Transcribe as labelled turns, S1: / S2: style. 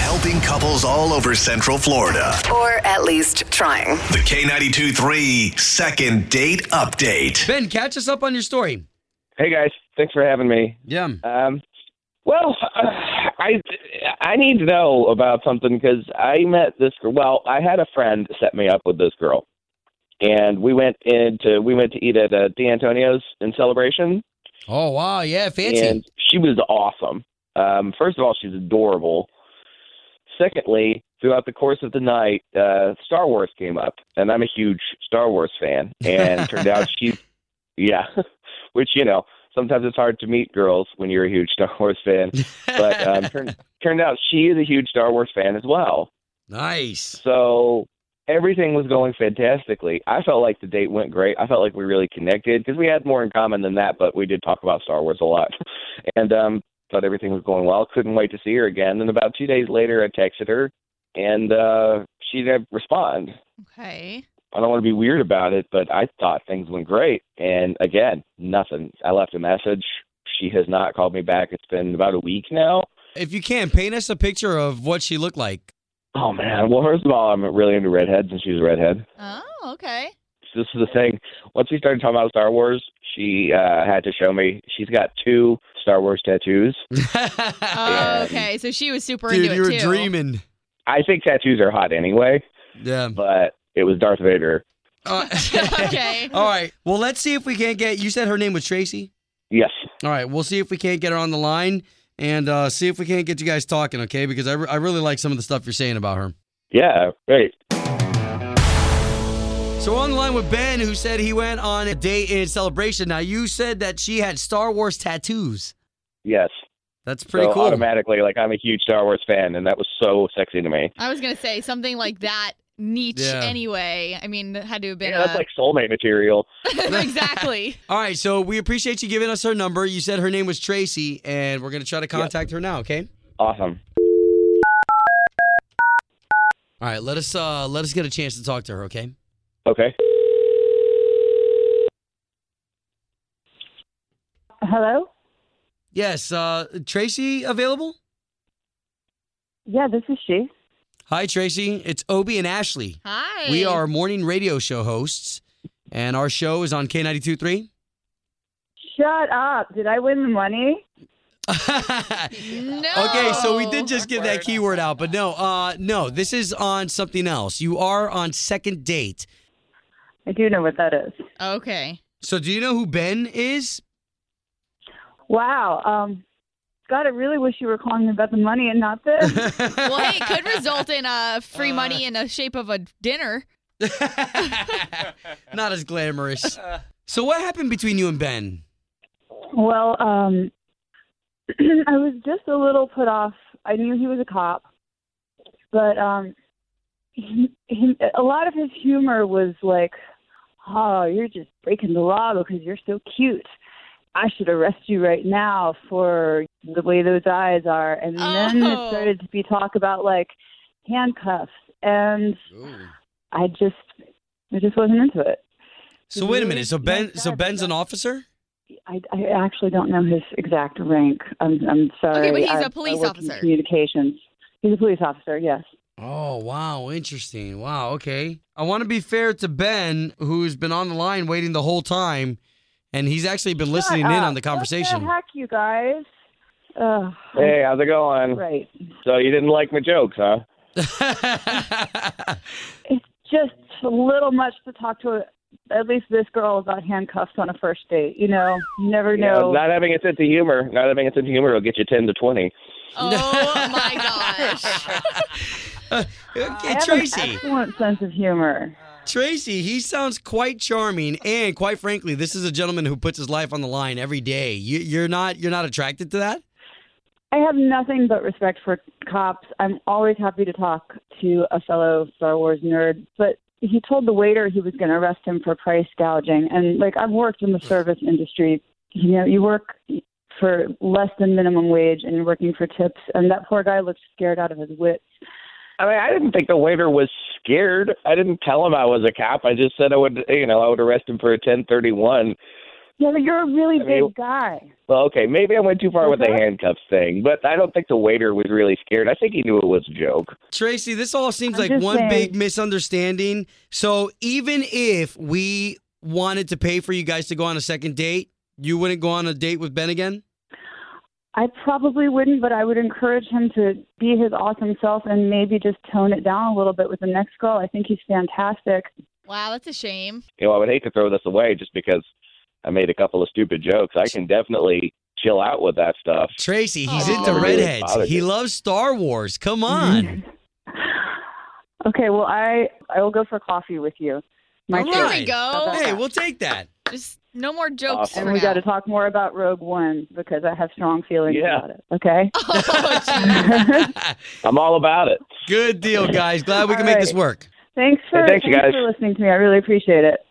S1: Helping couples all over Central Florida.
S2: Or at least trying.
S1: The K92 3 second date update.
S3: Ben, catch us up on your story.
S4: Hey guys, thanks for having me.
S3: Yeah.
S4: Um, well, uh, I I need to know about something because I met this girl. Well, I had a friend set me up with this girl, and we went into we went to eat at uh, D'Antonio's in celebration,
S3: Oh wow, yeah, fancy.
S4: and she was awesome. Um, first of all, she's adorable. Secondly, throughout the course of the night, uh, Star Wars came up, and I'm a huge Star Wars fan. And turned out she's, yeah, which you know, sometimes it's hard to meet girls when you're a huge Star Wars fan. But um, turned turned out she is a huge Star Wars fan as well.
S3: nice.
S4: So everything was going fantastically. I felt like the date went great. I felt like we really connected because we had more in common than that, but we did talk about Star Wars a lot. and um thought everything was going well. Couldn't wait to see her again. And about 2 days later I texted her and uh she didn't respond.
S5: Okay.
S4: I don't want to be weird about it, but I thought things went great. And again, nothing. I left a message. She has not called me back. It's been about a week now.
S3: If you can, paint us a picture of what she looked like.
S4: Oh man. Well, first of all, I'm really into redheads and she's a redhead.
S5: Oh, okay.
S4: this is the thing. Once we started talking about Star Wars, she uh, had to show me. She's got two Star Wars tattoos.
S5: Oh, okay. So she was super
S3: Dude,
S5: into
S3: you
S5: it
S3: were
S5: too.
S3: dreaming.
S4: I think tattoos are hot anyway,
S3: Yeah.
S4: but it was Darth Vader.
S3: Uh,
S5: Okay.
S3: All right. Well, let's see if we can't get. You said her name was Tracy.
S4: Yes.
S3: All right. We'll see if we can't get her on the line and uh, see if we can't get you guys talking. Okay, because I, re- I really like some of the stuff you're saying about her.
S4: Yeah. Right.
S3: So we're on the line with Ben, who said he went on a date in celebration. Now you said that she had Star Wars tattoos.
S4: Yes.
S3: That's pretty
S4: so
S3: cool.
S4: automatically, like I'm a huge Star Wars fan, and that was so sexy to me.
S5: I was gonna say something like that niche
S3: Yeah.
S5: anyway. I mean, it had to have been uh,
S4: Yeah, that's
S5: a-
S4: like soulmate material.
S5: exactly.
S3: All right, so we appreciate you giving us her number. You said her name was Tracy, and we're gonna try to contact her now. Okay.
S4: Awesome.
S3: All right. Let us uh let us get a chance to talk to her. Okay.
S4: Okay.
S6: Hello?
S3: Yes. Uh, Tracy available?
S6: Yeah, this is she.
S3: Hi, Tracy. It's Obie and Ashley.
S5: Hi.
S3: We are morning radio show hosts, and our show is on K ninety two three.
S6: Shut up. Did I win the money?
S5: No.
S3: Okay, so we did just give that keyword out, but no, uh, no, this is on something else. You are on second date.
S6: I do know what that is.
S5: Okay.
S3: So, do you know who Ben is?
S6: Wow. Um, God, I really wish you were calling me about the money and not this.
S5: Well, hey, it could result in uh, free money in the shape of a dinner.
S3: Not as glamorous. So, what happened between you and Ben?
S6: well, um, I was just a little put off. I knew he was a cop, but um, he, he, a lot of his humor was like, oh, you're just breaking the law because you're so cute. I should arrest you right now for the way those eyes are. And then
S5: Oh.
S6: it started to be talk about like handcuffs, and I just, I just wasn't into it.
S3: So, wait a minute. So Ben, so Ben's an officer.
S6: I, I actually don't know his exact rank. I'm, I'm sorry.
S5: Okay, but he's
S6: I-
S5: a
S6: I
S5: police
S6: work in
S5: officer.
S6: communications. He's a police officer. Yes.
S3: Oh wow, interesting. Wow, okay. I want to be fair to Ben, who's been on the line waiting the whole time, and he's actually been listening in
S6: Shut
S3: on
S6: up.
S3: the conversation.
S6: What the heck, you guys? Ugh,
S4: Hey, how's it going?
S6: right.
S4: So you didn't like my jokes, huh?
S6: It's just a little much to talk to. at least this girl about handcuffs on a first date. You know, you never
S4: Yeah,
S6: know.
S4: not having a sense of humor. Not having a sense of humor will get you ten to twenty.
S5: Oh my gosh.
S6: I
S3: okay,
S6: have an
S3: Tracy.
S6: excellent sense of humor.
S3: Tracy, he sounds quite charming, and quite frankly, this is a gentleman who puts his life on the line every day. You, you're not you're not attracted to that.
S6: I have nothing but respect for cops. I'm always happy to talk to a fellow Star Wars nerd, but he told the waiter he was going to arrest him for price gouging. And like I've worked in the service industry, you know, you work for less than minimum wage and you're working for tips, and that poor guy looked scared out of his wits.
S4: I mean, I didn't think the waiter was scared. I didn't tell him I was a cop. I just said I would, you know, I would arrest him for a 1031.
S6: Yeah, but you're a really
S4: I mean-
S6: big guy.
S4: Well, okay, maybe I went too far with the handcuffs thing, but I don't think the waiter was really scared. I think he knew it was a joke.
S3: Tracy, this all seems
S6: I'm
S3: like
S6: just
S3: one
S6: saying.
S3: big misunderstanding. So even if we wanted to pay for you guys to go on a second date, you wouldn't go on a date with Ben again?
S6: I probably wouldn't, but I would encourage him to be his awesome self and maybe just tone it down a little bit with the next girl. I think he's fantastic.
S5: Wow, that's a shame.
S4: You know, I would hate to throw this away just because I made a couple of stupid jokes. I can definitely chill out with that stuff.
S3: Tracy, he's
S5: Oh.
S3: into
S5: Never
S4: did.
S3: redheads.
S4: Bothered
S3: He
S4: me.
S3: loves Star Wars. Come
S6: Mm-hmm.
S3: on.
S6: Okay, well I I will go for coffee with you. My
S3: All
S6: choice.
S5: There
S3: right.
S5: we go.
S3: Hey, we'll take that.
S5: Just no more jokes
S4: Awesome.
S5: for
S6: And we
S5: now.
S6: got to talk more about Rogue One because I have strong feelings
S4: Yeah.
S6: about it. Okay.
S5: Oh, gee.
S4: I'm all about it.
S3: Good deal, guys. Glad we
S6: All
S3: can make this
S6: right.
S3: work.
S6: Thanks for
S4: Hey, thanks, you guys.
S6: for listening to me. I really appreciate it.